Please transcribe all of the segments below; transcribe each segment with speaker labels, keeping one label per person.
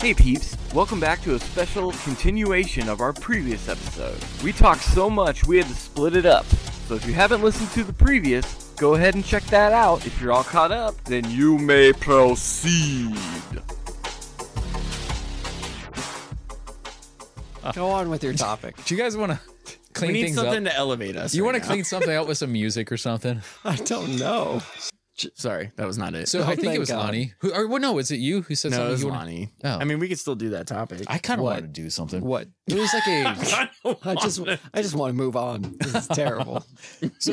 Speaker 1: Hey peeps, welcome back to a special continuation of our previous episode. We talked so much we had to split it up. So if you haven't listened to the previous, go ahead and check that out. If you're all caught up, then you may proceed.
Speaker 2: Go on with your topic.
Speaker 3: Do you guys want to
Speaker 2: We
Speaker 3: clean
Speaker 2: need
Speaker 3: things
Speaker 2: something
Speaker 3: up?
Speaker 2: to elevate us.
Speaker 3: You
Speaker 2: right
Speaker 3: want to
Speaker 2: now.
Speaker 3: clean something out with some music or something?
Speaker 2: I don't know. Sorry, that was not it.
Speaker 3: So
Speaker 2: No,
Speaker 3: I think
Speaker 2: Oh, thank
Speaker 3: it was
Speaker 2: God.
Speaker 3: Lonnie. Who, or well, no, was it you who said
Speaker 2: No,
Speaker 3: something?
Speaker 2: it was
Speaker 3: you wanna-
Speaker 2: Lonnie.
Speaker 3: Oh.
Speaker 2: I mean, we could still do that topic.
Speaker 3: I kind of
Speaker 4: What?
Speaker 3: wanted to do something.
Speaker 4: What?
Speaker 3: It was like a
Speaker 4: I just I just want to move on. This is terrible.
Speaker 3: so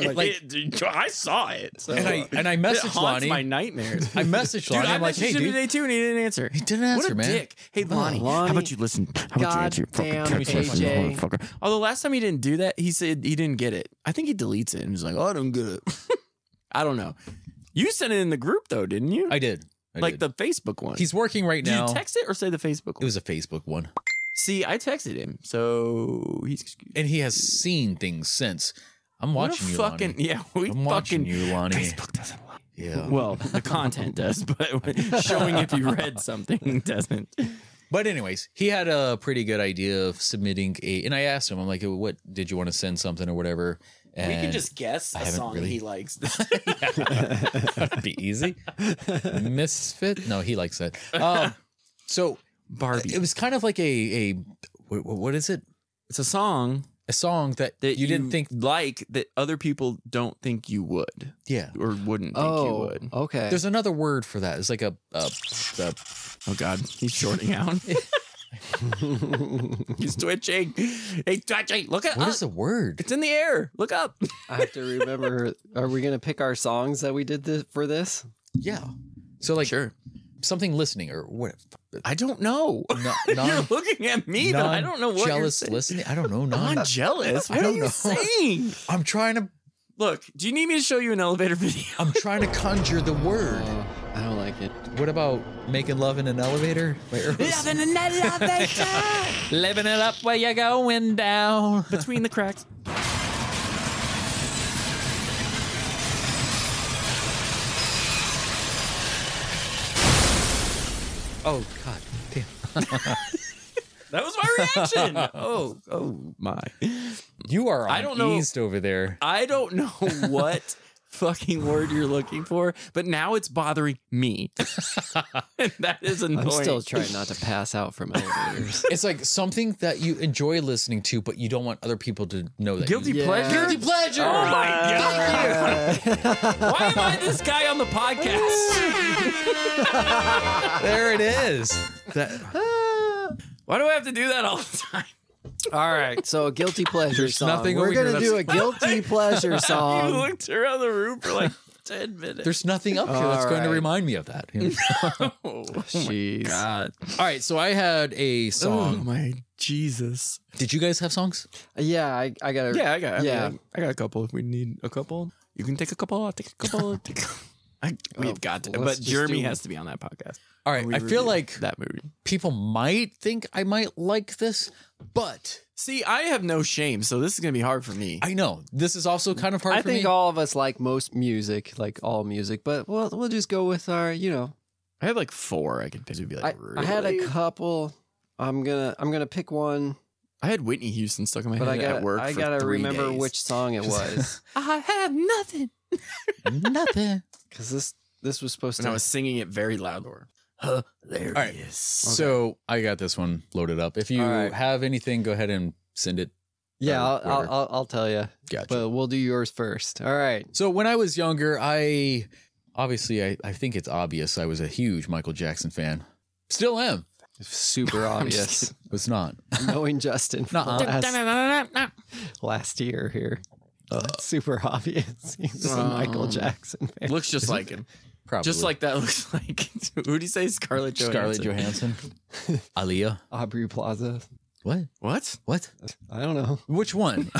Speaker 3: like,
Speaker 2: It- I saw it. So.
Speaker 3: and I and I
Speaker 2: It
Speaker 3: messaged
Speaker 2: haunts
Speaker 3: Lonnie.
Speaker 2: my nightmares.
Speaker 3: I messaged
Speaker 2: Dude,
Speaker 3: Lonnie.
Speaker 2: I
Speaker 3: I'm like,
Speaker 2: messaged
Speaker 3: hey,
Speaker 2: him
Speaker 3: dude.
Speaker 2: today too, and he didn't answer.
Speaker 3: He didn't
Speaker 2: what
Speaker 3: answer,
Speaker 2: a
Speaker 3: man. Oh,
Speaker 2: dick. Hey, Lonnie,
Speaker 4: Lonnie.
Speaker 2: how about you listen? How about you answer? your fucking
Speaker 4: Goddamn
Speaker 2: text message,
Speaker 4: AJ.
Speaker 2: motherfucker? Although last time he didn't do that, he said he didn't get it. I think he deletes it and he's like, oh, I don't get it. I don't know. You sent it in the group though, didn't you?
Speaker 3: I did. I did.
Speaker 2: like the Facebook one.
Speaker 3: He's working right
Speaker 2: Did
Speaker 3: now.
Speaker 2: you text it or say the Facebook one?
Speaker 3: It was a Facebook one,
Speaker 2: See, I texted him, so he's excused.
Speaker 3: and he has seen things since. I'm
Speaker 2: What a
Speaker 3: watching you,
Speaker 2: fucking
Speaker 3: Lonnie.
Speaker 2: yeah. We
Speaker 3: I'm watching
Speaker 2: fucking
Speaker 3: you, Lonnie.
Speaker 2: Facebook doesn't lie.
Speaker 3: Yeah.
Speaker 2: Well, the content does, but showing if you read something doesn't.
Speaker 3: But anyways, he had a pretty good idea of submitting a, and I asked him, I'm like, "What did you want to send something or whatever?" And
Speaker 2: guess
Speaker 3: I haven't really-
Speaker 2: likes.
Speaker 3: that'd be easy. Misfit? No, he likes that. Um, so
Speaker 2: Barbie.
Speaker 3: it was kind of like a a what, what is it?
Speaker 2: It's a song
Speaker 3: A song that,
Speaker 2: that
Speaker 3: you didn't think.
Speaker 2: like that other people don't think you would
Speaker 3: Yeah.
Speaker 2: or wouldn't think you
Speaker 4: Oh,
Speaker 2: would.
Speaker 4: okay.
Speaker 3: There's another word for that. It's like a, a, a
Speaker 2: Oh God, he's shorting out. he's twitching. Hey, twitching! Look at
Speaker 3: what is
Speaker 2: us.
Speaker 3: the word?
Speaker 2: It's in the air. Look up.
Speaker 4: I have to remember. Are we gonna pick our songs that we did this, for this?
Speaker 3: Yeah. So like
Speaker 2: sure.
Speaker 3: something listening or what?
Speaker 2: I don't know.
Speaker 3: No,
Speaker 2: you're
Speaker 3: non,
Speaker 2: looking at me, but I don't know what you're
Speaker 3: jealous
Speaker 2: saying.
Speaker 3: listening. I don't know.
Speaker 2: I'm
Speaker 3: Non.
Speaker 2: not jealous.
Speaker 3: I
Speaker 2: What are
Speaker 3: don't
Speaker 2: you
Speaker 3: know.
Speaker 2: saying?
Speaker 3: I'm trying to
Speaker 2: Look, do you need me to show you an elevator video?
Speaker 3: I'm trying to conjure the word.
Speaker 4: Oh, I don't like it.
Speaker 3: What about making love in an elevator? By Aerosmith?
Speaker 2: Loving an elevator
Speaker 3: Living it up while you're going down.
Speaker 2: between the cracks.
Speaker 3: Oh God, damn.
Speaker 2: That was my reaction. oh, oh my!
Speaker 3: You are on
Speaker 2: I don't know-
Speaker 3: east over there.
Speaker 2: I don't know what fucking word you're looking for, but now it's bothering me. and that is annoying.
Speaker 4: I'm still trying not to pass out from elevators.
Speaker 3: It's like something that you enjoy listening to, but you don't want other people to know that.
Speaker 2: guilty
Speaker 3: You,
Speaker 4: Yeah.
Speaker 2: pleasure.
Speaker 4: Guilty
Speaker 2: pleasure. Oh my god! Why am I this guy on the podcast?
Speaker 3: there it is. That,
Speaker 2: Why do I have to do that all the time?
Speaker 4: All right, so a guilty pleasure
Speaker 3: There's
Speaker 4: song.
Speaker 3: nothing
Speaker 4: We're
Speaker 3: over here
Speaker 4: gonna do a
Speaker 3: that's-
Speaker 4: guilty pleasure
Speaker 2: you
Speaker 4: song.
Speaker 2: looked around the room for like ten minutes.
Speaker 3: there's nothing up here that's
Speaker 4: All
Speaker 3: going to
Speaker 4: right.
Speaker 3: remind me of that. you know?
Speaker 2: oh,
Speaker 4: Jeez.
Speaker 2: God.
Speaker 3: All right, so I had a
Speaker 2: oh
Speaker 3: song.
Speaker 2: my Jesus.
Speaker 3: Did you guys have songs?
Speaker 4: Yeah, I, I gotta.
Speaker 2: Yeah, I got. I mean,
Speaker 4: Yeah.
Speaker 2: I got a couple. If we need a couple, you can take a couple. I'll take a couple. take a- I, we've
Speaker 4: Oh,
Speaker 2: got to,
Speaker 4: let's
Speaker 2: but
Speaker 4: just
Speaker 2: Jeremy
Speaker 4: do-
Speaker 2: has to be on that podcast.
Speaker 3: All right,
Speaker 2: We
Speaker 3: I feel
Speaker 2: reviewed
Speaker 3: like
Speaker 2: that movie.
Speaker 3: people might think I might like this, but
Speaker 2: See, I have no shame, so this is gonna be hard for me.
Speaker 3: I know this is also kind of hard
Speaker 4: I
Speaker 3: for
Speaker 4: think
Speaker 3: me.
Speaker 4: all of us like most music, like all music, but we'll we'll just go with our, you know,
Speaker 2: I have like four. I could pick. It'd Be
Speaker 4: I,
Speaker 2: like,
Speaker 4: I had a
Speaker 2: really?
Speaker 4: couple. I'm gonna I'm gonna pick one,
Speaker 2: I had Whitney Houston stuck in my
Speaker 4: but I
Speaker 2: head
Speaker 4: gotta
Speaker 2: at work.
Speaker 4: I
Speaker 2: for
Speaker 4: gotta
Speaker 2: three
Speaker 4: remember
Speaker 2: days.
Speaker 4: which song it was
Speaker 2: I have nothing.
Speaker 3: Nothing.
Speaker 4: because this this was supposed
Speaker 2: And
Speaker 4: to.
Speaker 2: I was singing it very loud. Or hilarious.
Speaker 3: All right. So I got this one loaded up. If you
Speaker 4: All right.
Speaker 3: have anything, go ahead and send it.
Speaker 4: yeah, I'll,
Speaker 3: Whatever.
Speaker 4: I'll, I'll I'll tell you,
Speaker 3: Gotcha.
Speaker 4: but we'll do yours first. All right.
Speaker 3: so when I was younger, I obviously I, I think it's obvious I was a huge Michael Jackson fan. Still am.
Speaker 4: Super obvious.
Speaker 3: It's not.
Speaker 4: Knowing Justin from
Speaker 3: Nuh-uh.
Speaker 4: last, last year here. Oh, super obvious. He's a Michael
Speaker 2: Um,
Speaker 4: Jackson fan.
Speaker 2: Looks just like him.
Speaker 3: Probably
Speaker 2: Just like that looks like. Who do you say? Scarlett Johansson.
Speaker 3: Scarlett Johansson, Aaliyah.
Speaker 4: Aubrey Plaza.
Speaker 3: What?
Speaker 2: What?
Speaker 3: What?
Speaker 4: I don't know.
Speaker 3: Which one?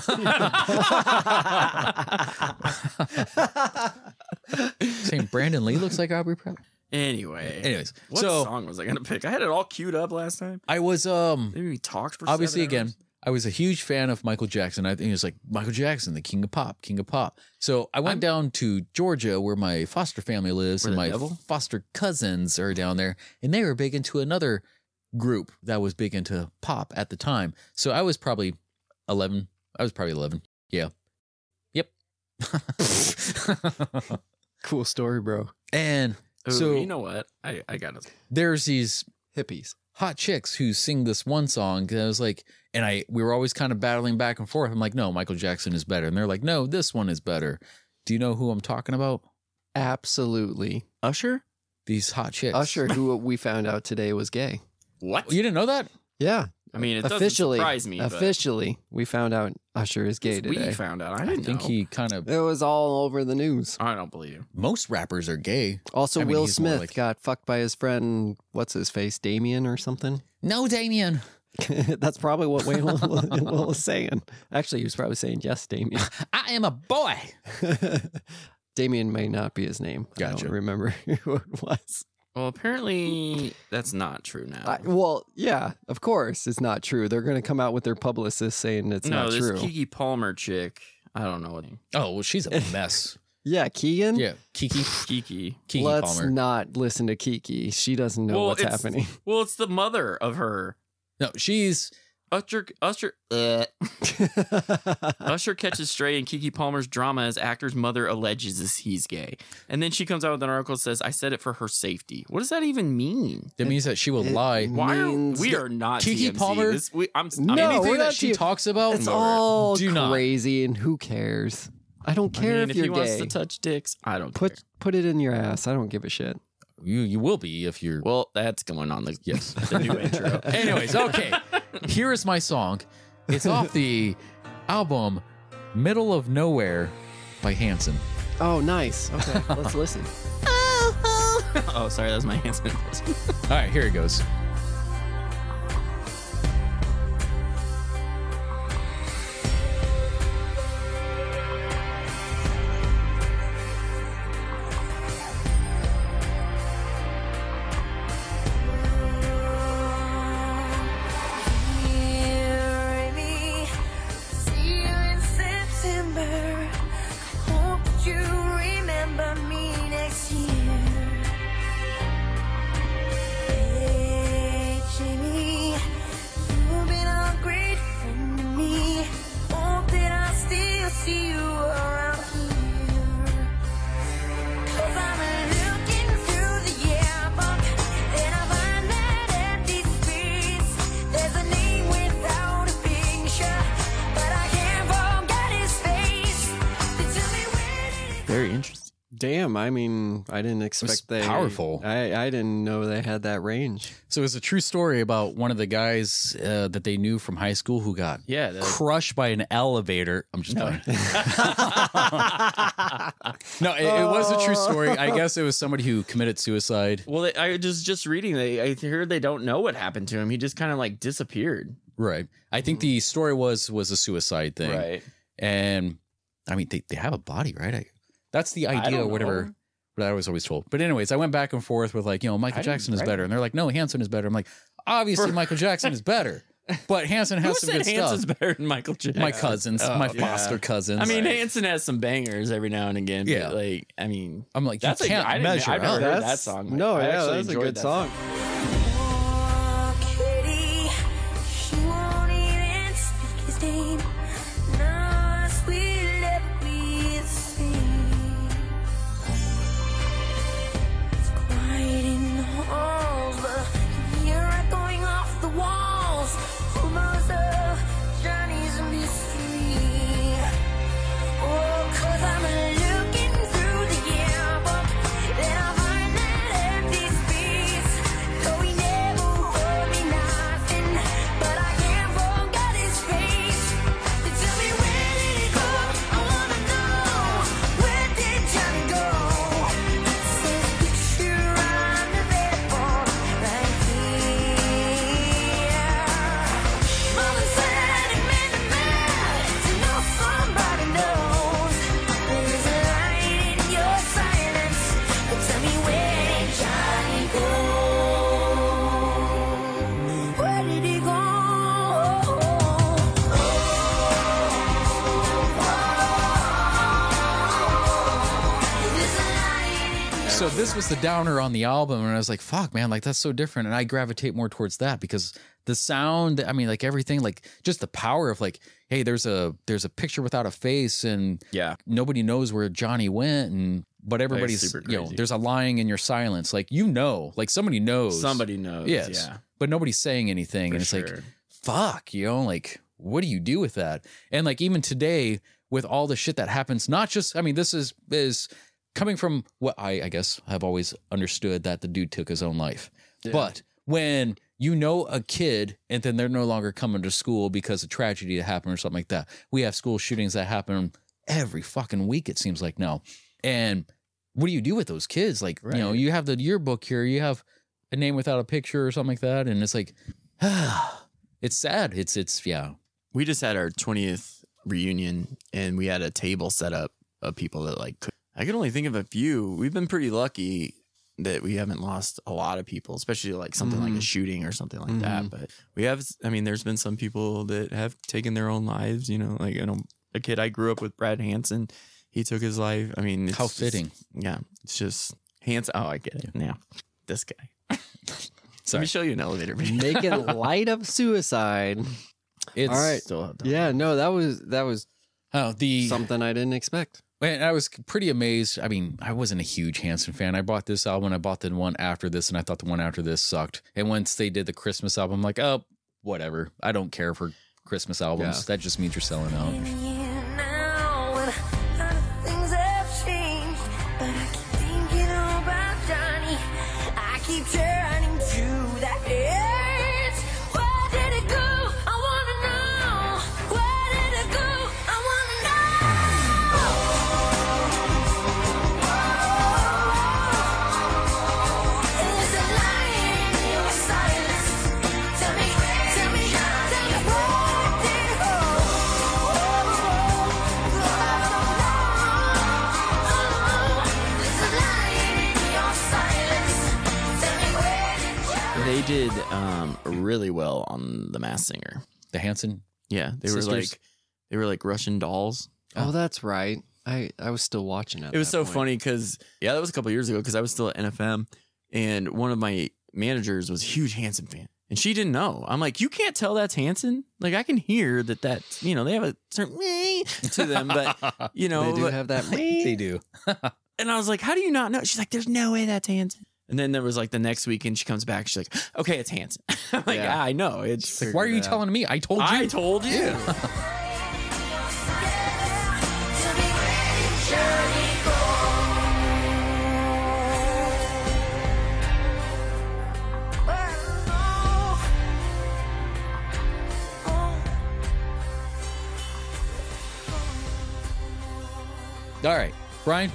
Speaker 3: Saying Brandon Lee looks like Aubrey Pratt.
Speaker 2: Anyway.
Speaker 3: Anyways,
Speaker 2: What
Speaker 3: so
Speaker 2: song was I gonna pick? I had it all queued up last time.
Speaker 3: I was um
Speaker 2: Maybe we talked for
Speaker 3: obviously
Speaker 2: seven
Speaker 3: again
Speaker 2: hours.
Speaker 3: i was a huge fan of michael jackson i think it was like michael jackson the king of pop king of pop so i went
Speaker 2: I'm-
Speaker 3: down to georgia where my foster family lives
Speaker 2: Where
Speaker 3: and
Speaker 2: the
Speaker 3: my
Speaker 2: devil?
Speaker 3: foster cousins are down there and they were big into another group that was big into pop at the time. So I was probably 11. I was probably 11. Yeah. Yep.
Speaker 4: Cool story, bro.
Speaker 3: and
Speaker 2: Ooh,
Speaker 3: So-
Speaker 2: you know what? I, I got it.
Speaker 3: there's these
Speaker 4: Hippies.
Speaker 3: hot chicks who sing this one song. And I was like, and I we were always kind of battling back and forth. I'm like, no, Michael Jackson is better. And they're like, no, this one is better. Do you know who I'm talking about?
Speaker 4: Absolutely.
Speaker 2: Usher?
Speaker 3: These hot chicks.
Speaker 4: Usher, who we found out today was gay.
Speaker 2: What?
Speaker 3: You didn't know that?
Speaker 4: Yeah,
Speaker 2: I mean, it
Speaker 4: Officially,
Speaker 2: doesn't surprise me. but
Speaker 4: officially, we found out Usher is gay
Speaker 2: we
Speaker 4: today.
Speaker 2: found out. I
Speaker 3: I
Speaker 2: didn't
Speaker 3: think
Speaker 2: know.
Speaker 3: he kind of
Speaker 4: It was all over the news.
Speaker 2: I don't believe you.
Speaker 3: most rappers are gay.
Speaker 4: Also,
Speaker 3: I mean,
Speaker 4: Will
Speaker 3: he's more
Speaker 4: Smith
Speaker 3: like-
Speaker 4: got fucked by his friend, what's his face, Damien or something.
Speaker 3: No, Damien.
Speaker 4: That's probably what Wayne Will, Will was saying. Actually, he was probably saying yes, Damien.
Speaker 3: I am a boy.
Speaker 4: Damien may not be his name. I
Speaker 3: Gotcha.
Speaker 4: don't remember who it was.
Speaker 2: Well, apparently that's not true now.
Speaker 4: I, well, yeah, of course, it's not true. They're going to come out with their publicist saying it's
Speaker 2: no,
Speaker 4: not
Speaker 2: this
Speaker 4: true.
Speaker 2: Kiki Palmer chick. I don't know what
Speaker 3: Oh, well, she's a mess.
Speaker 4: yeah, Keegan.
Speaker 3: yeah, Kiki,
Speaker 2: Kiki.
Speaker 3: Kiki
Speaker 4: Let's
Speaker 3: Palmer.
Speaker 4: not listen to Kiki. She doesn't know
Speaker 2: Well,
Speaker 4: what's
Speaker 2: it's-
Speaker 4: happening.
Speaker 2: Well, it's the mother of her.
Speaker 3: no, she's
Speaker 2: Usher, Usher, eh, Usher catches stray in Kiki Palmer's drama as actor's mother alleges is he's gay, and then she comes out with an article that says, "I said it for her safety." What does that even mean?
Speaker 3: that means that she will
Speaker 4: it-
Speaker 3: lie.
Speaker 2: Why are
Speaker 4: Means
Speaker 2: we
Speaker 4: that-
Speaker 2: are not
Speaker 3: Keke
Speaker 2: TMZ.
Speaker 3: Palmer-
Speaker 2: This, we, I'm,
Speaker 4: No,
Speaker 2: I'm
Speaker 4: we're
Speaker 3: Anything
Speaker 4: not
Speaker 3: that she
Speaker 4: you-
Speaker 3: talks about,
Speaker 4: it's
Speaker 2: over it.
Speaker 4: all
Speaker 3: Do not.
Speaker 4: crazy, and who cares? I don't
Speaker 2: I
Speaker 4: care
Speaker 2: mean,
Speaker 4: if
Speaker 2: if,
Speaker 4: you're
Speaker 2: he wants
Speaker 4: gay.
Speaker 2: to touch dicks, I don't
Speaker 4: put
Speaker 2: care.
Speaker 4: put it in your ass. I don't give a shit.
Speaker 3: you you will be if you're.
Speaker 2: Well, that's going on the
Speaker 3: Yes.
Speaker 2: the new intro.
Speaker 3: Anyways, okay. Here is my song. It's off the album "Middle of Nowhere" by Hanson.
Speaker 4: Oh, nice. Okay, let's listen.
Speaker 2: Oh, sorry, that was my hands.
Speaker 3: All right, here it goes.
Speaker 5: See you around here. Cause I'm looking through the yearbook, and I find that at these streets there's a name without a picture, but I can't forget his face. They tell me where did it
Speaker 2: Very interesting.
Speaker 4: Damn, I mean, I didn't expect they
Speaker 3: powerful.
Speaker 4: I I didn't know they had that range.
Speaker 3: So it's a true story about one of the guys uh, that they knew from high school who got
Speaker 2: Yeah. That,
Speaker 3: crushed by an elevator. I'm just playing. no, it, it was a true story. I guess it was somebody who committed suicide.
Speaker 2: well, they- I just just reading. They I heard they don't know what happened to him. He just kind of like disappeared.
Speaker 3: Right. I think the story was was a suicide thing. And I mean, they, they have a body, right? I, that's the
Speaker 2: I
Speaker 3: idea,
Speaker 2: don't
Speaker 3: or whatever.
Speaker 2: know.
Speaker 3: But I was always told. But anyways, I went back and forth with like, you know, Michael
Speaker 2: I didn't
Speaker 3: Jackson is
Speaker 2: write
Speaker 3: better, and they're like, no, Hanson is better. I'm like, obviously,
Speaker 2: For-
Speaker 3: Michael Jackson is better, but Hanson
Speaker 2: Who
Speaker 3: has some
Speaker 2: said
Speaker 3: good
Speaker 2: Hanson's
Speaker 3: stuff.
Speaker 2: better than Michael Jackson?
Speaker 3: My cousins,
Speaker 2: Oh,
Speaker 3: my
Speaker 2: yeah.
Speaker 3: foster cousins.
Speaker 2: I mean,
Speaker 3: Right.
Speaker 2: Hanson has some bangers every now and again. Yeah.
Speaker 3: Yeah. Oh,
Speaker 2: But like, I mean,
Speaker 3: I'm like,
Speaker 2: That's
Speaker 3: you
Speaker 2: a-
Speaker 3: can't
Speaker 2: I didn't-
Speaker 3: measure
Speaker 2: I've never
Speaker 3: up.
Speaker 2: heard that song, like,
Speaker 4: No,
Speaker 2: I
Speaker 4: yeah, that's
Speaker 2: actually
Speaker 4: a
Speaker 2: enjoyed
Speaker 4: good
Speaker 2: that
Speaker 4: song.
Speaker 2: song.
Speaker 5: Oh, Kitty, she won't even speak his name. Now our sweet love we sing. It's quiet in the halls, but you're echoing off the walls. Rumors of journeys and mystery. Oh, 'cause I'm looking through the yearbook, and I find that empty space. Though we
Speaker 3: so this was the downer on the album, and I was like, "Fuck, man! Like that's so different." And I gravitate more towards that because the sound. I mean, like everything, like just the power of like, hey, there's a there's a picture without a face, and
Speaker 6: Yeah.
Speaker 3: nobody knows where Johnny went, and but everybody's
Speaker 6: super
Speaker 3: you know
Speaker 6: crazy.
Speaker 3: there's a lying in your silence. Like you know, like somebody knows
Speaker 2: Somebody knows.
Speaker 3: Yes.
Speaker 2: Yeah.
Speaker 3: but nobody's saying anything,
Speaker 6: for
Speaker 3: and it's like
Speaker 6: sure.
Speaker 3: fuck, you know, like what do you do with that? And like even today with all the shit that happens, not just I mean, this is is coming from what I I guess have always understood that the dude took his own life. But when you know a kid and then they're no longer coming to school because a tragedy happened or something like that. We have school shootings that happen every fucking week, it seems like now. And what do you do with those kids? Like, you know,
Speaker 6: Right.
Speaker 3: you have the yearbook here, you have a name without a picture or something like that. And it's like, it's sad. It's it's yeah.
Speaker 2: We just had our 20th reunion and we had a table set up of people that like could. I can only think of a few. We've been pretty lucky that we haven't lost a lot of people, especially like something like a
Speaker 4: Mhm.
Speaker 2: shooting or something like that. But we have, I mean, there's been some people that have taken their own lives, you know, like I know a kid I grew up with, Brad Hansen, he took his life. I mean, it's
Speaker 3: How
Speaker 2: just-
Speaker 3: fitting.
Speaker 2: yeah, it's just Hansen. Oh, I get it now. This guy. Let
Speaker 3: Sorry.
Speaker 2: me show you an elevator. video.
Speaker 4: Making light of suicide.
Speaker 3: It's
Speaker 4: All right.
Speaker 2: Still have that.
Speaker 4: Yeah, no, that was that was
Speaker 3: oh, the
Speaker 4: something I didn't expect.
Speaker 3: and I was pretty amazed. I mean, I wasn't a huge Hanson fan. I bought this album, I bought the one after this, and I thought the one after this sucked. And once they did the Christmas album, I'm like, oh, whatever. I don't care for Christmas albums.
Speaker 4: Yeah.
Speaker 3: That just means you're selling out.
Speaker 5: In the end now, and a lot of things have changed, but I keep thinking about Johnny. I keep turning to that edge. Where did it go? I wanna know. Where did it go? I wanna know. Is it lying in your silence? Tell me, tell me, tell me where did it go?
Speaker 2: They did um, really well on The Mass Singer.
Speaker 3: The Hanson.
Speaker 2: Yeah, they were
Speaker 3: Sisters.
Speaker 2: like they were like Russian dolls.
Speaker 4: Oh, that's right. I I was still watching it.
Speaker 2: It was so funny because yeah, that was a couple years ago because I was still at NFM, and one of my managers was a huge Hanson fan, and she didn't know. I'm like, you can't tell that's Hanson. Like I can hear that that you know they have a certain meh to them, but you know
Speaker 4: They do
Speaker 2: but-
Speaker 4: have that.
Speaker 3: they do.
Speaker 2: and I was like, how do you not know? She's like, there's no way that's Hanson. And then there was like the next weekend she comes back, she's like, okay, it's Hanson. I'm like,
Speaker 4: Yeah.
Speaker 2: "Ah, I know it's.
Speaker 3: Why are you telling me? I told you.
Speaker 2: I told you.
Speaker 5: Oh.
Speaker 3: All right, Brian.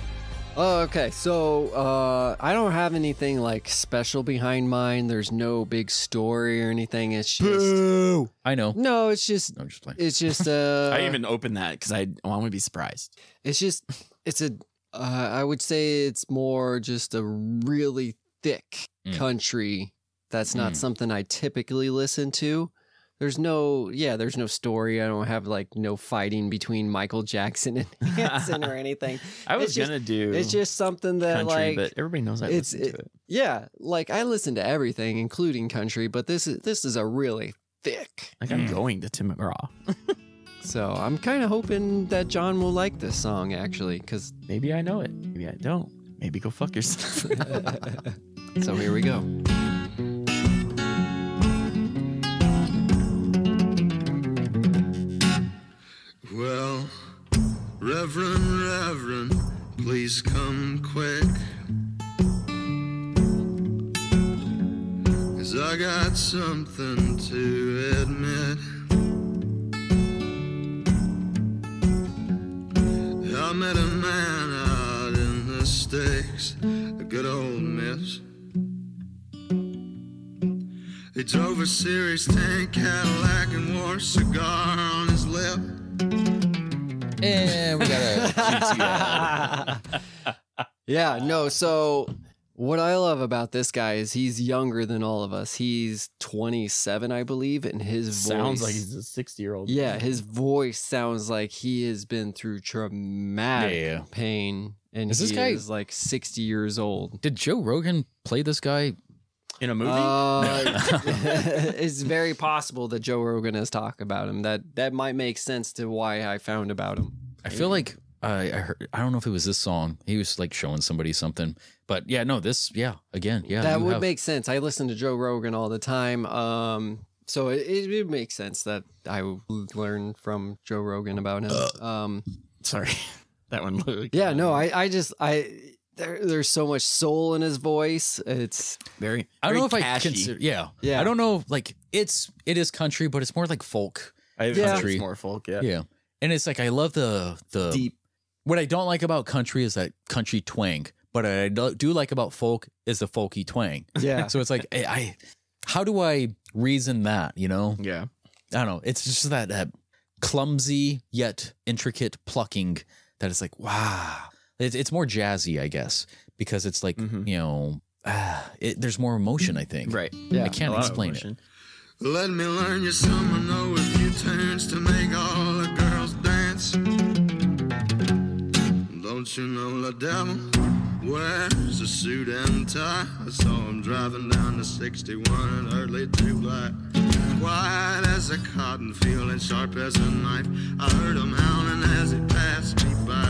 Speaker 4: Oh, okay. So uh, I don't have anything like special behind mine. There's no big story or anything. It's just
Speaker 3: I know.
Speaker 4: no. It's just
Speaker 3: I'm just playing.
Speaker 4: it's just uh.
Speaker 2: I even opened that because I oh, I want to be surprised.
Speaker 4: It's just it's a uh, I would say it's more just a really thick
Speaker 3: Mm.
Speaker 4: country. That's not
Speaker 3: Mm.
Speaker 4: something I typically listen to. There's no yeah, there's no story. I don't have like no fighting between Michael Jackson and Hanson or anything.
Speaker 2: I
Speaker 4: It's
Speaker 2: was
Speaker 4: just-
Speaker 2: gonna do.
Speaker 4: It's just something that
Speaker 2: country,
Speaker 4: like
Speaker 2: but everybody knows I
Speaker 4: it's-
Speaker 2: listen to it.
Speaker 4: yeah, like I listen to everything including country, but this is this is a really thick.
Speaker 2: Like I'm going to Tim McGraw.
Speaker 4: So, I'm kind of hoping that John will like this song actually cuz
Speaker 2: Maybe I know it. Maybe I don't. Maybe go fuck yourself.
Speaker 4: so here we go.
Speaker 7: Well, Reverend, Reverend, please come quick. 'Cause I got something to admit. I met a man out in the sticks, a good old miss. He drove a series 10 Cadillac and wore a cigar on his lip.
Speaker 3: And we got a
Speaker 4: yeah, no. So What I love about this guy is he's younger than all of us. He's 27, I believe, and his
Speaker 2: Sounds
Speaker 4: voice
Speaker 2: like he's a 60 year old.
Speaker 4: Yeah, his voice sounds like he has been through traumatic
Speaker 3: Yeah.
Speaker 4: pain and
Speaker 3: Is this
Speaker 4: he
Speaker 3: guy-
Speaker 4: is like 60 years old.
Speaker 3: Did Joe Rogan play this guy?
Speaker 2: In a movie?
Speaker 4: Uh, it's very possible that Joe Rogan has talked about him. That that might make sense to why I found about him.
Speaker 3: I feel like uh, I, I heard. I don't know if it was this song. He was like showing somebody something, but yeah, no, this, yeah, again, yeah,
Speaker 4: that
Speaker 3: you
Speaker 4: would
Speaker 3: have-
Speaker 4: make sense. I listen to Joe Rogan all the time. Um so it, it, it makes sense that I would learn from Joe Rogan about him.
Speaker 3: Uh.
Speaker 4: Um
Speaker 2: Sorry. that one looked.
Speaker 4: yeah, no, I I just I there, there's so much soul in his voice. It's
Speaker 2: Very.
Speaker 3: I don't
Speaker 2: very
Speaker 3: know if I
Speaker 2: cashy.
Speaker 3: consider. Yeah,
Speaker 4: Yeah.
Speaker 3: I don't know. Like it's it is country, but it's more like folk.
Speaker 2: I think
Speaker 4: Yeah.
Speaker 2: it's more folk. Yeah.
Speaker 3: Yeah, and it's like I love the the
Speaker 4: deep.
Speaker 3: what I don't like about country is that country twang, but I do do like about folk is the folky twang.
Speaker 4: Yeah.
Speaker 3: So it's like I, I how do I reason that? You know,
Speaker 2: Yeah.
Speaker 3: I don't know. It's just that that clumsy yet intricate plucking that it's like wow. It's it's more jazzy, I guess, because it's like
Speaker 4: Mm-hmm.
Speaker 2: Mhm.
Speaker 3: you know. ah, it, there's more emotion, I think.
Speaker 2: Right.
Speaker 4: Yeah.
Speaker 3: I can't
Speaker 2: A lot of
Speaker 3: explain it.
Speaker 2: emotion.
Speaker 7: Let me learn you some. I know a few turns to make all the girls dance. Don't you know the devil wears a suit and tie? I saw him driving down the 61 in early July. Quiet as a cotton field and sharp as a knife. I heard him howling as he passed me by.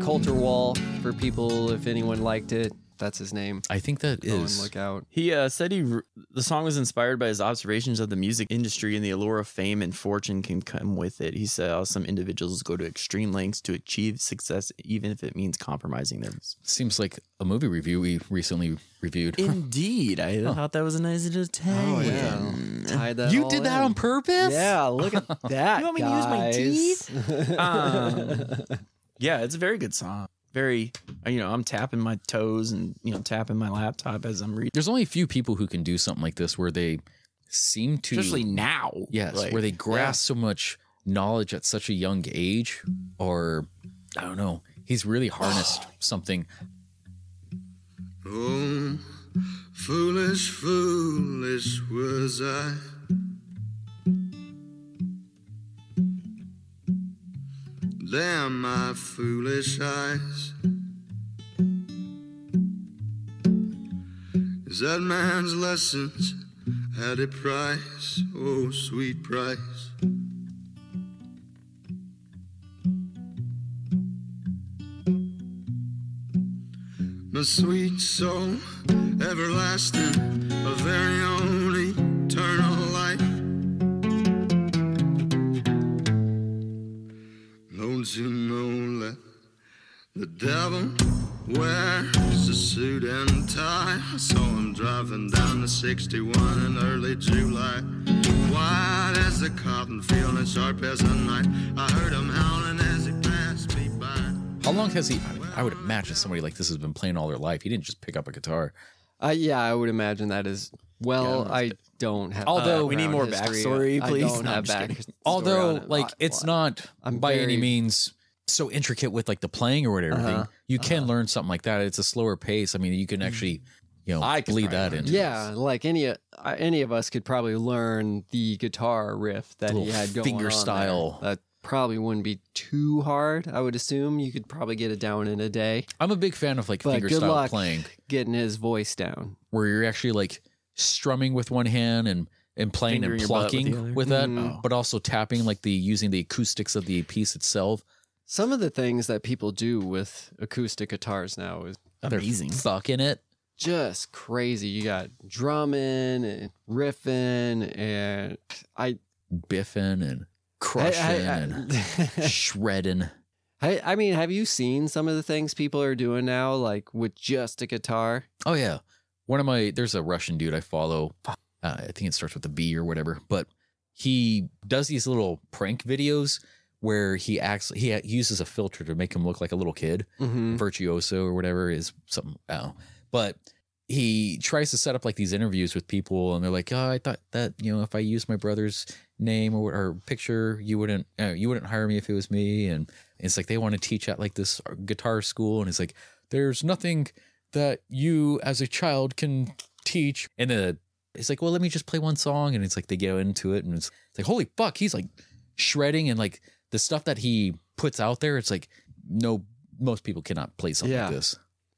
Speaker 4: Coulter Wall for people if anyone liked it. That's his name.
Speaker 3: I think that
Speaker 4: Go
Speaker 3: is.
Speaker 4: and look out.
Speaker 2: He uh, said he r- the song was inspired by his observations of the music industry and the allure of fame and fortune can come with it. He said "How some individuals go to extreme lengths to achieve success, even if it means compromising their.
Speaker 3: seems like a movie review we recently reviewed.
Speaker 2: Indeed, I thought that was a nice little tag.
Speaker 4: Oh yeah, tie that.
Speaker 3: you
Speaker 4: all
Speaker 3: did that
Speaker 4: in.
Speaker 3: on purpose?
Speaker 4: Yeah, look at that.
Speaker 2: You want me to use my teeth?
Speaker 4: use my teeth?
Speaker 2: Um, yeah, it's a very good song. Very, uh, you know, I'm tapping my toes and you know tapping my laptop as I'm reading,
Speaker 3: There's only a few people who can do something like this where they seem to
Speaker 2: especially now.
Speaker 3: yes,
Speaker 2: Like,
Speaker 3: where they grasp so much knowledge at such a young age or I don't know. He's really harnessed something.
Speaker 7: Oh, foolish, foolish was I. Damn my foolish eyes. Is that man's lessons at a price? Oh, sweet price. my sweet soul, everlasting, a very own eternal life. Don't you know that the devil wears a suit and tie? I saw him driving down the 61 in early July. Wide as a cotton field and sharp as a knife. I heard him howling as he passed me by.
Speaker 3: How long has he I would imagine somebody like this has been playing all their life. He didn't just pick up a guitar.
Speaker 4: Uh, yeah, I would imagine that is. Well,
Speaker 2: Yeah,
Speaker 4: I don't have.
Speaker 3: Although-
Speaker 2: We need more
Speaker 4: background
Speaker 2: backstory,
Speaker 4: I
Speaker 2: please.
Speaker 4: don't
Speaker 2: No, I'm
Speaker 4: have
Speaker 2: just
Speaker 4: back.
Speaker 2: kidding.
Speaker 4: story on
Speaker 3: Although
Speaker 4: it.
Speaker 3: like
Speaker 4: I-
Speaker 3: it's
Speaker 4: well,
Speaker 3: not
Speaker 4: I'm
Speaker 3: by any
Speaker 4: very-
Speaker 3: means so intricate with like the playing or whatever.
Speaker 4: Uh-huh,
Speaker 3: you can learn something like that. It's a slower pace. I mean, you can actually, you know,
Speaker 2: I could
Speaker 3: bleed
Speaker 2: probably
Speaker 3: that
Speaker 2: learn
Speaker 3: in.
Speaker 4: Yeah, like any uh, any of us could probably learn the guitar riff that he
Speaker 3: Little
Speaker 4: had going
Speaker 3: finger
Speaker 4: on there.
Speaker 3: style.
Speaker 4: That probably wouldn't be too hard. I would assume you could probably get it down in a day.
Speaker 3: I'm a big fan of like
Speaker 4: But
Speaker 3: finger
Speaker 4: good
Speaker 3: style
Speaker 4: luck
Speaker 3: playing,
Speaker 4: getting his voice down.
Speaker 3: where you're actually like strumming with one hand and and playing
Speaker 2: Fingering
Speaker 3: and
Speaker 2: your butt with
Speaker 3: plucking
Speaker 2: the other.
Speaker 3: with, that,
Speaker 4: Mhm.
Speaker 3: but also tapping like the using the acoustics of the piece itself.
Speaker 4: Some of the things that people do with acoustic guitars now is
Speaker 2: Amazing.
Speaker 3: They're fucking it.
Speaker 4: just crazy. You got drumming and riffing, and I,
Speaker 3: Biffing and
Speaker 4: I,
Speaker 3: crushing and
Speaker 4: I,
Speaker 3: shredding.
Speaker 4: I, I mean, have you seen some of the things people are doing now, like with just a guitar?
Speaker 3: Oh yeah, one of my there's a Russian dude I follow. Uh, I think it starts with a B or whatever, but he does these little prank videos where he acts he ha- uses a filter to make him look like a little kid,
Speaker 4: Mm-hmm.
Speaker 3: virtuoso or whatever is something. I don't know. But he tries to set up like these interviews with people, and they're like, "Oh, I thought that you know, if I used my brother's name or, or picture, you wouldn't uh, you wouldn't hire me if it was me." And it's like they want to teach at like this guitar school, and it's like, "There's nothing that you as a child can teach." And the it's like, "Well, let me just play one song," and it's like they get into it, and it's, it's like, "Holy fuck!" He's like shredding, and like the stuff that he puts out there, it's like no, most people cannot play something
Speaker 4: Yeah.
Speaker 3: like this.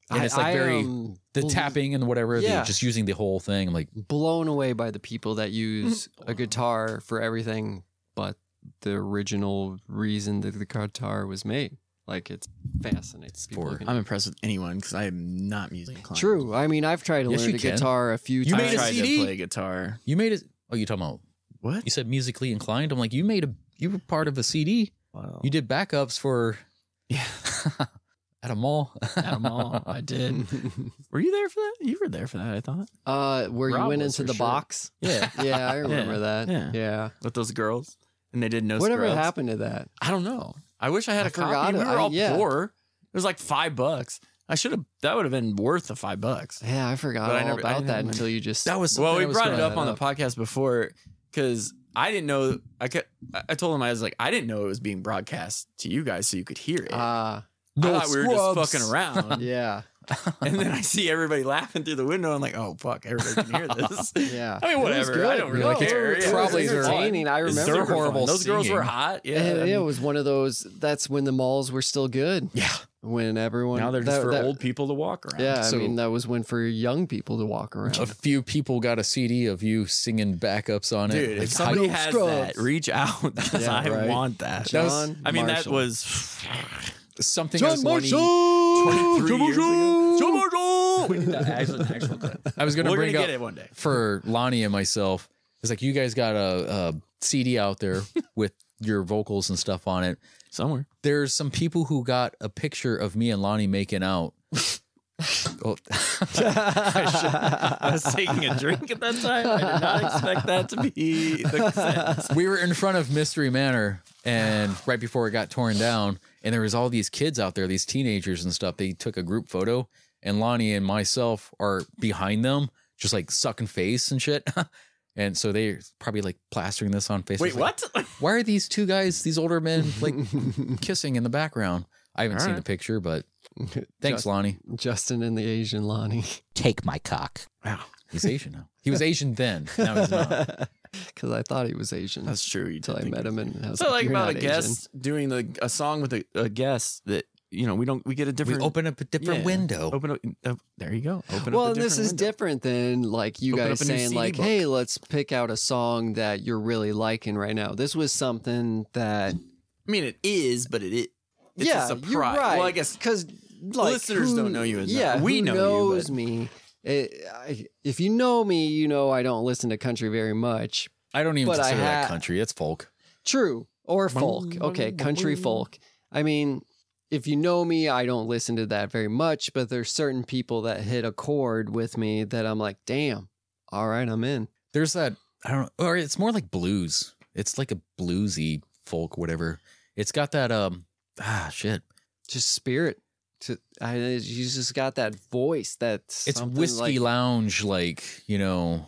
Speaker 3: And it's like very
Speaker 4: um,
Speaker 3: the
Speaker 4: bel-
Speaker 3: tapping and whatever, the-
Speaker 4: Yeah.
Speaker 3: just using the whole thing. I'm like,
Speaker 4: blown away by the people that use a
Speaker 3: Mm.
Speaker 4: guitar for everything but the original reason that the guitar was made. Like it's fascinating. People
Speaker 3: for-
Speaker 4: can-
Speaker 2: I'm impressed with anyone because I am not music inclined.
Speaker 4: True. I mean, I've tried to
Speaker 3: Yes,
Speaker 4: learn
Speaker 3: you
Speaker 4: the
Speaker 3: can.
Speaker 4: guitar a few
Speaker 2: You
Speaker 4: times.
Speaker 2: made a
Speaker 4: I-
Speaker 3: tried to
Speaker 2: CD.
Speaker 3: play
Speaker 2: guitar.
Speaker 3: you made it. Oh, you talking about?
Speaker 2: What?
Speaker 3: You said musically inclined. I'm like, you made a. You were part of a CD.
Speaker 2: Wow.
Speaker 3: You did backups for
Speaker 2: yeah.
Speaker 3: at a mall.
Speaker 4: At a mall, I did.
Speaker 2: Were you there for that? You were there for that, I thought.
Speaker 4: Uh, where you
Speaker 2: Rob
Speaker 4: went
Speaker 2: was
Speaker 4: into
Speaker 2: for
Speaker 4: the
Speaker 2: sure.
Speaker 4: box.
Speaker 2: Yeah.
Speaker 4: Yeah, I remember
Speaker 2: Yeah,
Speaker 4: that.
Speaker 2: yeah.
Speaker 4: Yeah.
Speaker 2: With those girls. And they did no
Speaker 4: Whatever
Speaker 2: scrubs.
Speaker 4: happened to that?
Speaker 2: I don't know. I wish I had a
Speaker 4: I
Speaker 2: copy.
Speaker 4: forgot
Speaker 2: We
Speaker 4: it.
Speaker 2: were
Speaker 4: I-
Speaker 2: all
Speaker 4: yeah.
Speaker 2: poor. It was like five bucks. I should have. That would have been worth the five bucks.
Speaker 4: Yeah, I forgot
Speaker 2: But I
Speaker 4: all
Speaker 2: never- I
Speaker 4: about
Speaker 2: didn't
Speaker 4: that
Speaker 2: have-
Speaker 4: until you just.
Speaker 3: That was
Speaker 2: Well,
Speaker 3: something
Speaker 2: we
Speaker 3: I was
Speaker 2: brought it
Speaker 3: gonna-
Speaker 2: up
Speaker 4: that
Speaker 2: on the
Speaker 4: up.
Speaker 2: podcast before because I didn't know. I kept. I I told him I was like, I didn't know it was being broadcast to you guys, so you could hear it.
Speaker 4: Ah,
Speaker 2: I
Speaker 3: No
Speaker 2: thought we were just
Speaker 3: scrubs.
Speaker 2: fucking around,
Speaker 4: yeah,
Speaker 2: and then I see everybody laughing through the window. I'm like, oh fuck, everybody can hear this.
Speaker 4: yeah.
Speaker 2: I mean, whatever. I don't really
Speaker 3: You're like, it's
Speaker 2: care. Yeah,
Speaker 3: probably
Speaker 2: it was
Speaker 3: their-
Speaker 4: entertaining. I
Speaker 2: fun.
Speaker 4: remember
Speaker 2: They're
Speaker 3: their
Speaker 4: horrible.
Speaker 2: horrible.
Speaker 3: horrible
Speaker 2: Those girls were
Speaker 3: singing.
Speaker 2: hot. Yeah.
Speaker 4: Yeah,
Speaker 2: I
Speaker 4: it
Speaker 2: mean-
Speaker 4: was one of those. That's when the malls were still good.
Speaker 2: Yeah.
Speaker 4: When everyone
Speaker 2: Now they're just
Speaker 4: that-
Speaker 2: for
Speaker 4: that-
Speaker 2: old people to walk around.
Speaker 4: Yeah,
Speaker 3: So-
Speaker 4: I mean that was when for young people to walk
Speaker 3: A
Speaker 4: around.
Speaker 3: few people got a CD of you singing backups on it.
Speaker 2: Dude,
Speaker 3: Like,
Speaker 2: if somebody
Speaker 3: I-
Speaker 2: has
Speaker 4: scrubs.
Speaker 2: that, reach out because
Speaker 4: Yeah,
Speaker 2: I
Speaker 4: right.
Speaker 2: want that.
Speaker 3: that was-
Speaker 4: John
Speaker 2: I mean,
Speaker 4: Marshall.
Speaker 2: that was
Speaker 3: something I
Speaker 2: John
Speaker 3: was wanting-
Speaker 2: Marshall.
Speaker 3: 23
Speaker 2: John
Speaker 3: years
Speaker 2: Marshall. John Marshall. We need that actual, actual clip.
Speaker 3: I was gonna
Speaker 2: We're
Speaker 3: bring
Speaker 2: gonna
Speaker 3: up
Speaker 2: get it one day.
Speaker 3: for Lonnie and myself. It's like you guys got a, a CD out there with your vocals and stuff on it.
Speaker 2: Somewhere.
Speaker 3: there's some people who got a picture of me and Lonnie making out. oh,
Speaker 2: I was taking a drink at that time. I did not expect that to be the sentence.
Speaker 3: we were in front of Mystery Manor, and right before it got torn down, and there was all these kids out there, these teenagers and stuff. They took a group photo, and Lonnie and myself are behind them, just like sucking face and shit. and so they're probably like plastering this on Facebook.
Speaker 2: Wait, what?
Speaker 3: Why are these two guys, these older men, like kissing in the background? I haven't
Speaker 2: All
Speaker 3: seen
Speaker 2: right.
Speaker 3: the picture, but thanks,
Speaker 4: Just-
Speaker 3: Lonnie.
Speaker 4: Justin and the Asian Lonnie,
Speaker 6: Take my cock.
Speaker 3: He's Asian now. He was Asian then. Now he's not.
Speaker 4: because I thought he was Asian
Speaker 2: That's true. You
Speaker 4: until I
Speaker 2: did think
Speaker 4: met him and I was
Speaker 2: So like
Speaker 4: "You're
Speaker 2: about a
Speaker 4: not Asian."
Speaker 2: guest doing the, a song with a, a guest that you know we don't we get a different
Speaker 3: we open up a different
Speaker 2: yeah,
Speaker 3: window.
Speaker 2: Open up, uh, there you go. Open
Speaker 4: Well,
Speaker 2: up a
Speaker 4: and this is
Speaker 2: window.
Speaker 4: different than like you
Speaker 2: Open
Speaker 4: guys
Speaker 2: up a new
Speaker 4: saying
Speaker 2: CD
Speaker 4: like,
Speaker 2: book.
Speaker 4: "Hey, let's pick out a song that you're really liking right now." This was something that
Speaker 2: I mean, it is, but it it it's
Speaker 4: yeah,
Speaker 2: a surprise.
Speaker 4: you're right.
Speaker 2: Well, I guess
Speaker 4: because
Speaker 2: listeners don't know you as
Speaker 4: yeah,
Speaker 2: that. We
Speaker 4: who
Speaker 2: know you,
Speaker 4: knows
Speaker 2: but-
Speaker 4: me. It, I, if you know me, you know I don't listen to country very much.
Speaker 3: I don't even
Speaker 4: But I
Speaker 3: consider that
Speaker 4: ha-
Speaker 3: country. It's folk.
Speaker 4: True. Or folk. Okay, country folk. I mean, if you know me, I don't listen to that very much, but there's certain people that hit a chord with me that I'm like, damn, all right, I'm in.
Speaker 3: There's that. I don't. Or it's more like blues. It's like a bluesy folk, whatever. It's got that. Um. Ah, shit.
Speaker 4: Just spirit. To, I, you just got that voice that's
Speaker 3: It's
Speaker 4: something
Speaker 3: whiskey
Speaker 4: like,
Speaker 3: lounge, like you know.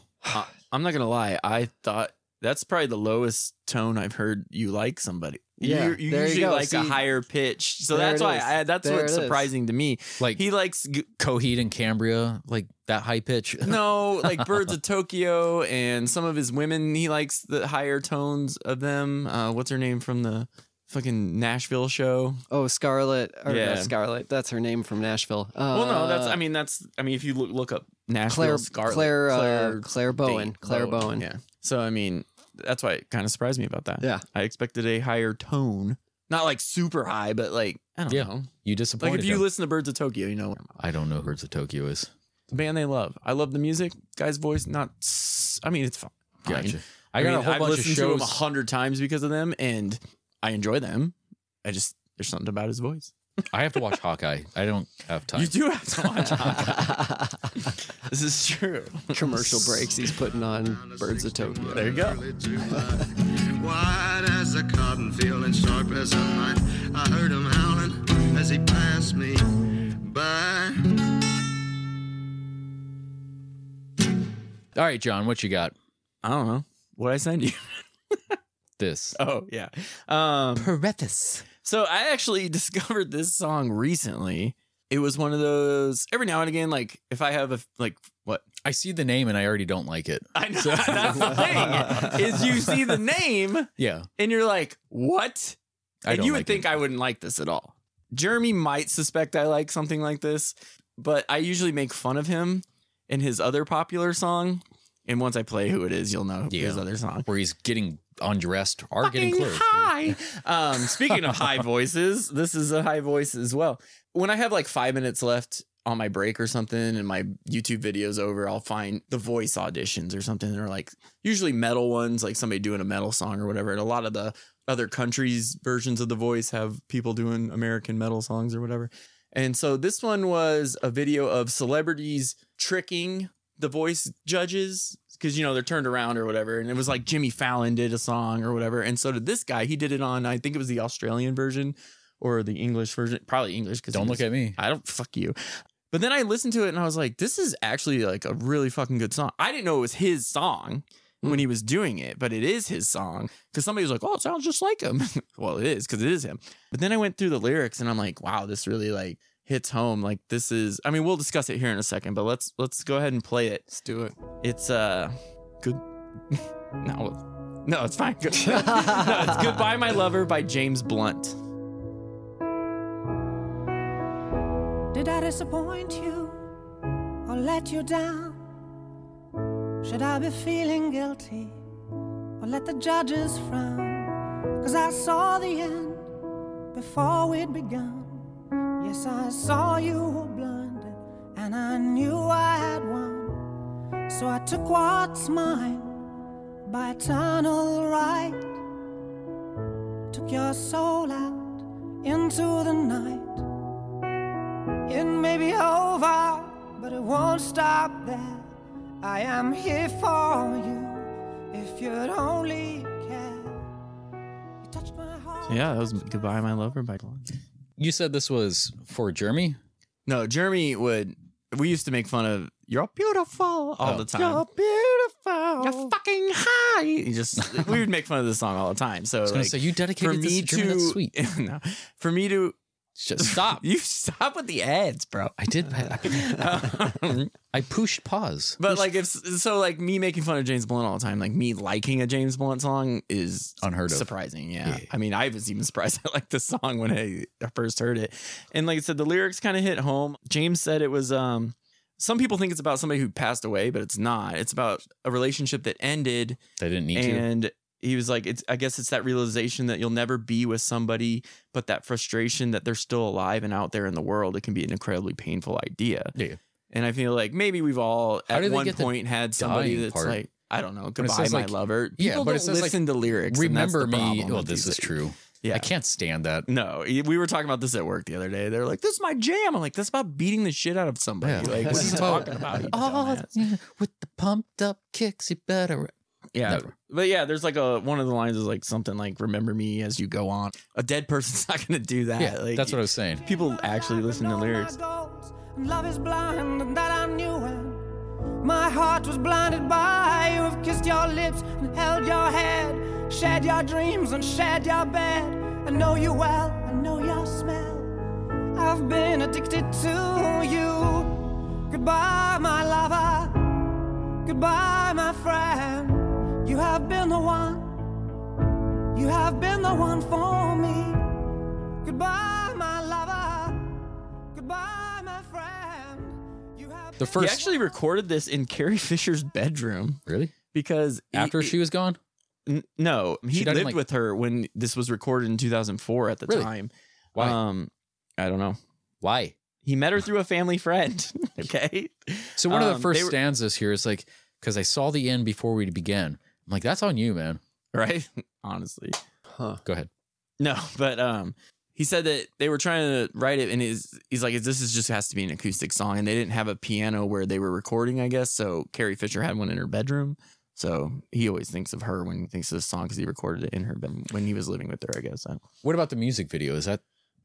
Speaker 2: I'm not gonna lie. I thought that's probably the lowest tone I've heard you like somebody.
Speaker 4: Yeah,
Speaker 2: you, you
Speaker 4: there you
Speaker 2: usually
Speaker 4: go.
Speaker 2: like a
Speaker 4: See,
Speaker 2: higher pitch, so
Speaker 4: there
Speaker 2: that's
Speaker 4: it
Speaker 2: why
Speaker 4: is.
Speaker 2: I, that's
Speaker 4: There
Speaker 2: what's
Speaker 4: it is.
Speaker 2: surprising to me.
Speaker 3: Like
Speaker 2: He likes g-
Speaker 3: Coheed and Cambria, like that high pitch.
Speaker 2: no, like Birds of Tokyo and some of his women. He likes the higher tones of them. Uh, what's her name from the fucking Nashville show?
Speaker 4: oh, Scarlet. Or yeah.
Speaker 2: Yeah.
Speaker 4: Scarlet. That's her name from Nashville. Uh,
Speaker 2: well, no, that's I mean that's I mean if you look, look up Nashville
Speaker 4: Claire,
Speaker 2: Scarlet,
Speaker 4: Claire, uh,
Speaker 2: Claire
Speaker 4: Claire
Speaker 2: Dane
Speaker 4: Bowen. Claire Bowen.
Speaker 2: yeah. So I mean that's why it kind of surprised me about that.
Speaker 4: Yeah.
Speaker 2: I expected a higher tone, not like super high, but like I don't
Speaker 3: Yeah.
Speaker 2: know.
Speaker 3: You
Speaker 2: Like
Speaker 3: disappointed.
Speaker 2: if you
Speaker 3: him.
Speaker 2: listen to Birds of Tokyo, you know
Speaker 3: I don't know who the Tokyo is.
Speaker 2: the band they love. I love the music. Guy's voice, not. s- I mean, it's fine.
Speaker 3: Gotcha.
Speaker 2: I,
Speaker 3: I got
Speaker 2: mean,
Speaker 3: a whole
Speaker 2: I've
Speaker 3: bunch of
Speaker 2: listened to him
Speaker 3: shows.
Speaker 2: a hundred times because of them, and I enjoy them. I just there's something about his voice.
Speaker 3: I have to watch Hawkeye. I don't have time.
Speaker 2: You do have to watch. Hawkeye. this is true.
Speaker 4: Commercial breaks he's putting on Birds of Tokyo.
Speaker 2: There you go.
Speaker 7: Early July. Wide as a cotton field and sharp as a knife. I heard him howling as he passed me by.
Speaker 3: All right, John, what you got?
Speaker 2: I don't know. What I send you?
Speaker 3: This.
Speaker 2: Oh yeah. Um,
Speaker 3: Paredes.
Speaker 2: So I actually discovered this song recently. It was one of those every now and again, like if I have a like what
Speaker 3: I see the name and I already don't like it.
Speaker 2: I know that's the thing is you see the name
Speaker 3: Yeah.
Speaker 2: and you're like what
Speaker 3: I
Speaker 2: and
Speaker 3: don't
Speaker 2: you would
Speaker 3: like
Speaker 2: think
Speaker 3: it.
Speaker 2: I wouldn't like this at all. Jeremy might suspect I like something like this, but I usually make fun of him and his other popular song. And once I play who it is, you'll know
Speaker 3: Yeah.
Speaker 2: his other song.
Speaker 3: where he's getting undressed or getting
Speaker 2: Fucking
Speaker 3: clothes.
Speaker 2: high. um, speaking of high voices, this is a high voice as well. When I have like five minutes left on my break or something, and my YouTube video's over, I'll find the voice auditions or something. They're like usually metal ones, like somebody doing a metal song or whatever. And a lot of the other countries' versions of the voice have people doing American metal songs or whatever. And so this one was a video of celebrities tricking the voice judges because you know they're turned around or whatever. And it was like Jimmy Fallon did a song or whatever, and so did this guy. He did it on I think it was the Australian version or the English version, probably English. Because
Speaker 3: Don't look at me.
Speaker 2: I don't fuck you. But then I listened to it and I was like, this is actually like a really fucking good song. I didn't know it was his song when he was doing it, but it is his song because somebody was like, oh, it sounds just like him. well, it is because it is him. But then I went through the lyrics and I'm like, wow, this really like hits home. Like this is. I mean, we'll discuss it here in a second, but let's let's go ahead and play it.
Speaker 4: Let's do it.
Speaker 2: It's uh good. no, no, it's fine. Good. no, it's "Goodbye, My Lover" by James Blunt.
Speaker 6: Did I disappoint you or let you down? Should I be feeling guilty or let the judges frown? Cause I saw the end before we'd begun. Yes, I saw you were blinded and I knew I had won. So I took what's mine by eternal right. Took your soul out into the night. It may be over, but it won't stop there. I am here for you if you'd only care. You touched my heart.
Speaker 2: Yeah, that was "Goodbye, My Lover" by Blunt.
Speaker 3: You said this was for Jeremy.
Speaker 2: No, Jeremy would. We used to make fun of "You're beautiful" all
Speaker 3: Oh.
Speaker 2: the time. You're beautiful. You're fucking high. You just we would make fun of this song all the time. So
Speaker 3: I was gonna
Speaker 2: like,
Speaker 3: say you
Speaker 2: for
Speaker 3: dedicated this
Speaker 2: me
Speaker 3: to Jeremy. That's
Speaker 2: to
Speaker 3: sweet.
Speaker 2: no, for me to
Speaker 3: Just stop.
Speaker 2: you stop with the ads, bro.
Speaker 3: I did. I,
Speaker 2: Um,
Speaker 3: I pushed pause.
Speaker 2: But like if so, like me making fun of James Blunt all the time, like me liking a James Blunt song is
Speaker 3: Unheard of.
Speaker 2: Surprising, yeah.
Speaker 3: Yeah.
Speaker 2: I mean, I was even surprised I liked this song when I first heard it. And like I said, the lyrics kind of hit home. James said it was um some people think it's about somebody who passed away, but it's not. It's about a relationship that ended
Speaker 3: I didn't need to.
Speaker 2: and he was like, "It's I guess it's that realization that you'll never be with somebody, but that frustration that they're still alive and out there in the world. It can be an incredibly painful idea."
Speaker 3: Yeah.
Speaker 2: And I feel like maybe we've all
Speaker 3: How
Speaker 2: at
Speaker 3: do they
Speaker 2: one
Speaker 3: get the
Speaker 2: point had somebody
Speaker 3: dying
Speaker 2: that's
Speaker 3: part?
Speaker 2: like, "I don't know,
Speaker 3: it
Speaker 2: goodbye,
Speaker 3: says,
Speaker 2: my
Speaker 3: like-
Speaker 2: lover."
Speaker 3: yeah,
Speaker 2: People
Speaker 3: but it
Speaker 2: don't
Speaker 3: says, like,
Speaker 2: listen to lyrics. and that's
Speaker 3: Remember
Speaker 2: the
Speaker 3: me.
Speaker 2: problem
Speaker 3: Well,
Speaker 2: with
Speaker 3: this is
Speaker 2: these things.
Speaker 3: true.
Speaker 2: Yeah.
Speaker 3: I can't stand that.
Speaker 2: No, we were talking about this at work the other day. They're like, "This is my jam." I'm like, "That's about beating the shit out of somebody."
Speaker 3: Yeah.
Speaker 2: Like, what are you talking about? you
Speaker 3: Oh,
Speaker 2: dumbass?
Speaker 3: yeah, with the pumped up kicks, you better.
Speaker 2: Yeah.
Speaker 3: No.
Speaker 2: But yeah, there's like a one of the lines is like something like remember me as you go on. A dead person's not gonna do that.
Speaker 3: Yeah,
Speaker 2: like,
Speaker 3: that's what I was saying.
Speaker 2: people actually listen to
Speaker 6: All my
Speaker 2: lyrics.
Speaker 6: goals, and Love is blind, and that I knew when my heart was blinded by you. Have kissed your lips and held your head, shared your dreams and shared your bed. I know you well, I know your smell. I've been addicted to you. Goodbye, my lover. Goodbye, my friend. You have been the one. You have been the one for me. Goodbye, my lover. Goodbye, my friend. You have
Speaker 3: The
Speaker 6: been
Speaker 2: He
Speaker 3: first-
Speaker 2: actually recorded this in Carrie Fisher's bedroom
Speaker 3: Really?
Speaker 2: because he-
Speaker 3: After she was gone?
Speaker 2: n- no, he
Speaker 3: She died in,
Speaker 2: lived
Speaker 3: like-
Speaker 2: with her when this was recorded in 2004 at the
Speaker 3: Really?
Speaker 2: time.
Speaker 3: Why?
Speaker 2: Um, I don't know.
Speaker 3: Why?
Speaker 2: He met her through a family friend. okay.
Speaker 3: So one of
Speaker 2: Um,
Speaker 3: the first
Speaker 2: they were-
Speaker 3: stanzas here is like, because I saw the end before we began. I'm like, that's on you, man.
Speaker 2: Right? Honestly.
Speaker 4: Huh.
Speaker 3: Go ahead.
Speaker 2: No, but um, he said that they were trying to write it, and he's he's like, this is just has to be an acoustic song, and they didn't have a piano where they were recording, I guess. So Carrie Fisher had one in her bedroom. So he always thinks of her when he thinks of this song because he recorded it in her bedroom when he was living with her, I guess. I don't,
Speaker 3: What about the music video? Is that?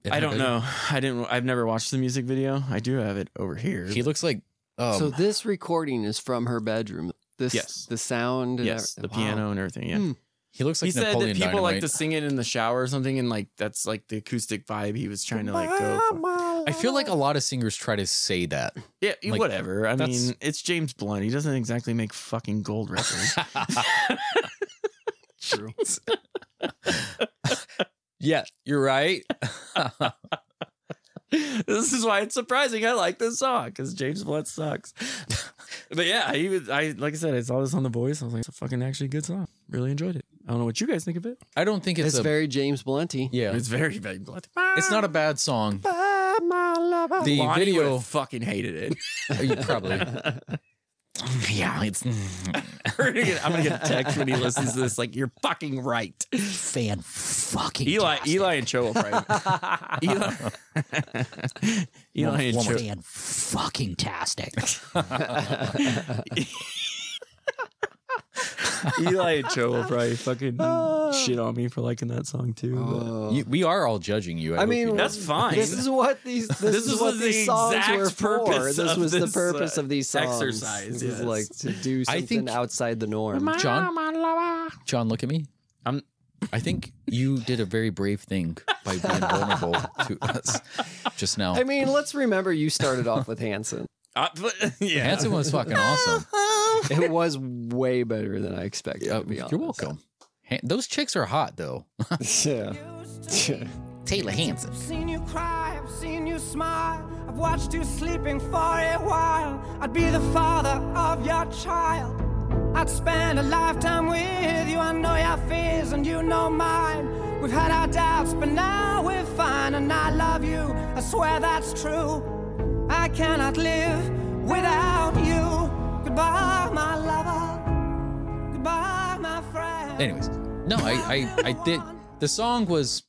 Speaker 3: in
Speaker 2: I
Speaker 3: her
Speaker 2: don't
Speaker 3: bedroom?
Speaker 2: know. I didn't. I've never watched the music video. I do have it over here.
Speaker 3: He looks like. Um,
Speaker 4: so this recording is from her bedroom. This
Speaker 2: Yes.
Speaker 4: the sound. and
Speaker 2: Yes, the
Speaker 4: every- wow.
Speaker 2: piano and everything. Yeah.
Speaker 4: Hmm.
Speaker 3: He looks
Speaker 2: he
Speaker 3: like
Speaker 2: said
Speaker 3: Napoleon
Speaker 2: that people
Speaker 3: Dynamite.
Speaker 2: like to sing it in the shower or something, and like that's like the acoustic vibe he was trying to like go. For.
Speaker 3: I feel like a lot of singers try to say that.
Speaker 2: Yeah, you-
Speaker 3: Like,
Speaker 2: whatever. I
Speaker 3: that's-
Speaker 2: mean, it's James Blunt. He doesn't exactly make fucking gold records.
Speaker 4: True.
Speaker 3: yeah, you're right.
Speaker 2: this is why it's surprising I like this song because James Blunt sucks. but yeah, he was. I like I said, I saw this on The Voice. I was like, it's a fucking actually good song. Really enjoyed it. I don't know what you guys think of it.
Speaker 3: I don't think it's,
Speaker 4: It's,
Speaker 3: a
Speaker 4: very James Blunty.
Speaker 3: yeah.
Speaker 2: It's very very Blunt.
Speaker 3: It's not a bad song. The
Speaker 2: Lonnie
Speaker 3: video, uh,
Speaker 2: would've fucking hated it.
Speaker 3: you probably. yeah, it's mm.
Speaker 2: We're gonna get- I'm gonna get a text when he listens to this. Like you're fucking right.
Speaker 3: fan fucking.
Speaker 2: Eli, Eli and Cho will probably. Eli, Eli and Cho.
Speaker 3: fan fucking tastic.
Speaker 2: Eli and Cho will probably fucking shit on me for liking that song too. but-
Speaker 4: Oh.
Speaker 3: we are all judging you. I,
Speaker 4: I
Speaker 3: hope
Speaker 4: mean,
Speaker 3: you know.
Speaker 2: That's fine.
Speaker 4: This is what these. This,
Speaker 2: This
Speaker 4: is,
Speaker 2: was
Speaker 4: what
Speaker 2: the
Speaker 4: these songs
Speaker 2: exact
Speaker 4: were for.
Speaker 2: purpose
Speaker 4: This
Speaker 2: of
Speaker 4: was
Speaker 2: this,
Speaker 4: the purpose
Speaker 2: uh,
Speaker 4: of these songs.
Speaker 2: exercise,
Speaker 4: This
Speaker 2: yes.
Speaker 4: is like to do
Speaker 3: I
Speaker 4: something
Speaker 3: think-
Speaker 4: outside the norm.
Speaker 3: John. John, look at me.
Speaker 2: I'm-
Speaker 3: I think you did a very brave thing by being vulnerable to us just now.
Speaker 4: I mean, let's remember you started off with Hanson.
Speaker 2: Uh, but- yeah.
Speaker 3: Hanson was fucking awesome.
Speaker 4: It was way better than I expected.
Speaker 3: Uh,
Speaker 4: to be honest.
Speaker 3: you're welcome. Han- those chicks are hot though.
Speaker 4: Yeah.
Speaker 3: Taylor Hanson.
Speaker 6: I've seen you cry, I've seen you smile. I've watched you sleeping for a while. I'd be the father of your child. I'd spend a lifetime with you. I know your fears and you know mine. We've had our doubts, but now we're fine. And I love you, I swear that's true. I cannot live without you. Goodbye, my lover. Goodbye, my friend.
Speaker 3: Anyways, no, I, I, I did. The song was,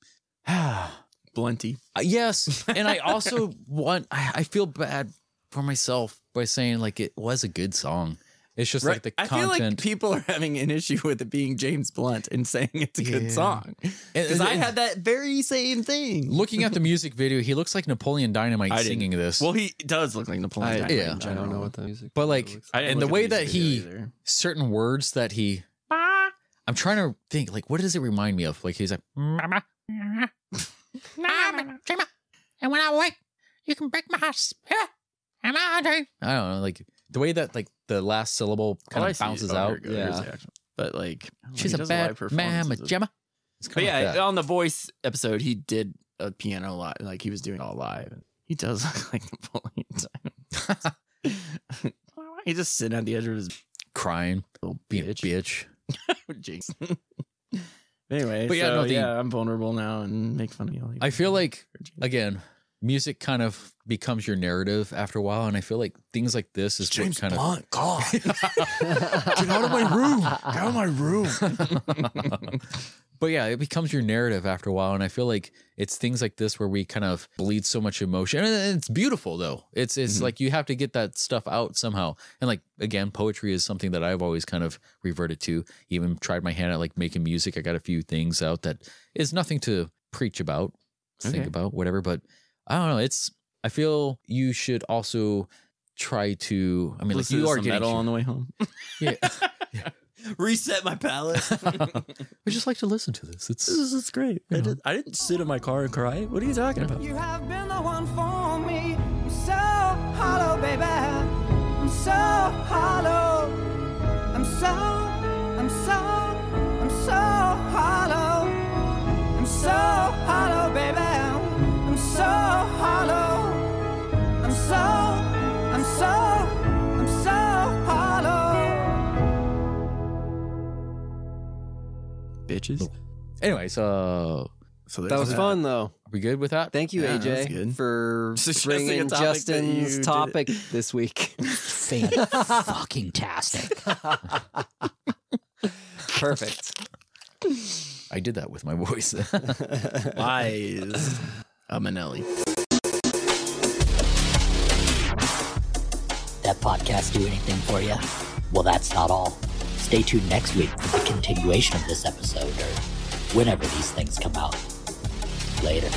Speaker 2: Blunty.
Speaker 3: uh, yes, and I also want. I, I feel bad for myself by saying like it was a good song. It's just like the
Speaker 2: I feel like
Speaker 3: content.
Speaker 2: people are having an issue with it being James Blunt and saying it's a good song. Because
Speaker 3: and-
Speaker 2: I had that very same thing.
Speaker 3: Looking at the music video, he looks like Napoleon Dynamite
Speaker 2: I didn't-
Speaker 3: singing this.
Speaker 2: Well, he does look like Napoleon.
Speaker 4: I,
Speaker 2: Dynamite
Speaker 3: yeah.
Speaker 2: in
Speaker 4: I don't
Speaker 2: general.
Speaker 4: know what the music.
Speaker 3: but like,
Speaker 2: I didn't
Speaker 3: and the
Speaker 2: look at
Speaker 3: way
Speaker 2: the
Speaker 3: that
Speaker 2: music
Speaker 3: he
Speaker 2: video either.
Speaker 3: certain words that he, I'm trying to think like, what does it remind me of? Like he's like, "Mama, mama, mama, dreamer, and when I wake, you can break my house. Am I a dream?" I don't know, like the way that like the last syllable kind
Speaker 2: Oh, I
Speaker 3: of
Speaker 2: see.
Speaker 3: bounces
Speaker 2: Oh, here
Speaker 3: out.
Speaker 2: we go. Here's
Speaker 4: Yeah.
Speaker 2: the actual- But like, I don't know,
Speaker 3: She's
Speaker 2: he
Speaker 3: a
Speaker 2: does lot
Speaker 3: bad
Speaker 2: of performances
Speaker 3: mama,
Speaker 2: with-
Speaker 3: Gemma. It's
Speaker 2: But
Speaker 3: kind
Speaker 2: yeah, uh,
Speaker 3: of like that.
Speaker 2: on the voice episode, he did a piano live. Like he was doing it all live. And he does look like Napoleon. Dynamite. he just sitting at the edge of his
Speaker 3: crying,
Speaker 2: little
Speaker 3: being a
Speaker 2: bitch.
Speaker 3: bitch.
Speaker 2: Jinx. anyway,
Speaker 3: But yeah,
Speaker 2: so,
Speaker 3: no, the-
Speaker 2: yeah, I'm vulnerable now and make fun of you.
Speaker 3: I feel like again, music kind of becomes your narrative after a while, and I feel like things like this is what kind of
Speaker 2: God, get out of my room, get out of my room.
Speaker 3: But yeah, it becomes your narrative after a while, and I feel like it's things like this where we kind of bleed so much emotion. And it's beautiful though. It's
Speaker 2: Mm-hmm.
Speaker 3: it's like you have to get that stuff out somehow. And like again, poetry is something that I've always kind of reverted to. Even tried my hand at like making music. I got a few things out that is nothing to preach about, think
Speaker 2: Okay.
Speaker 3: about, whatever. But I don't know. It's I feel you should also try to. I mean, like
Speaker 2: Listen
Speaker 3: you
Speaker 2: to
Speaker 3: are
Speaker 2: some
Speaker 3: getting
Speaker 2: metal on the way home.
Speaker 3: Yeah.
Speaker 2: Reset my palate.
Speaker 3: I just like to listen to this. It's
Speaker 2: This is great. I, did, I didn't sit in my car and cry. What are you talking about?
Speaker 6: You have been the one for me. I'm so hollow, baby. I'm so hollow. I'm so, I'm so, I'm so hollow. I'm so hollow, baby. I'm so hollow. I'm so, I'm so, I'm so hollow.
Speaker 2: Bitches.
Speaker 3: anyways. Uh,
Speaker 2: So
Speaker 4: That was fun though.
Speaker 3: are we good with that?
Speaker 4: Thank you,
Speaker 2: Yeah, that's
Speaker 4: AJ,
Speaker 2: good.
Speaker 4: for
Speaker 2: Suggesting a
Speaker 4: bringing
Speaker 2: topic that you
Speaker 4: Justin's
Speaker 2: did-
Speaker 4: topic this week.
Speaker 3: fan fucking tastic.
Speaker 4: Perfect.
Speaker 3: I did that with my voice.
Speaker 2: Lies. A Manelli.
Speaker 8: that podcast do anything for you? Well, that's not all. Stay tuned next week for the continuation of this episode or whenever these things come out. Later.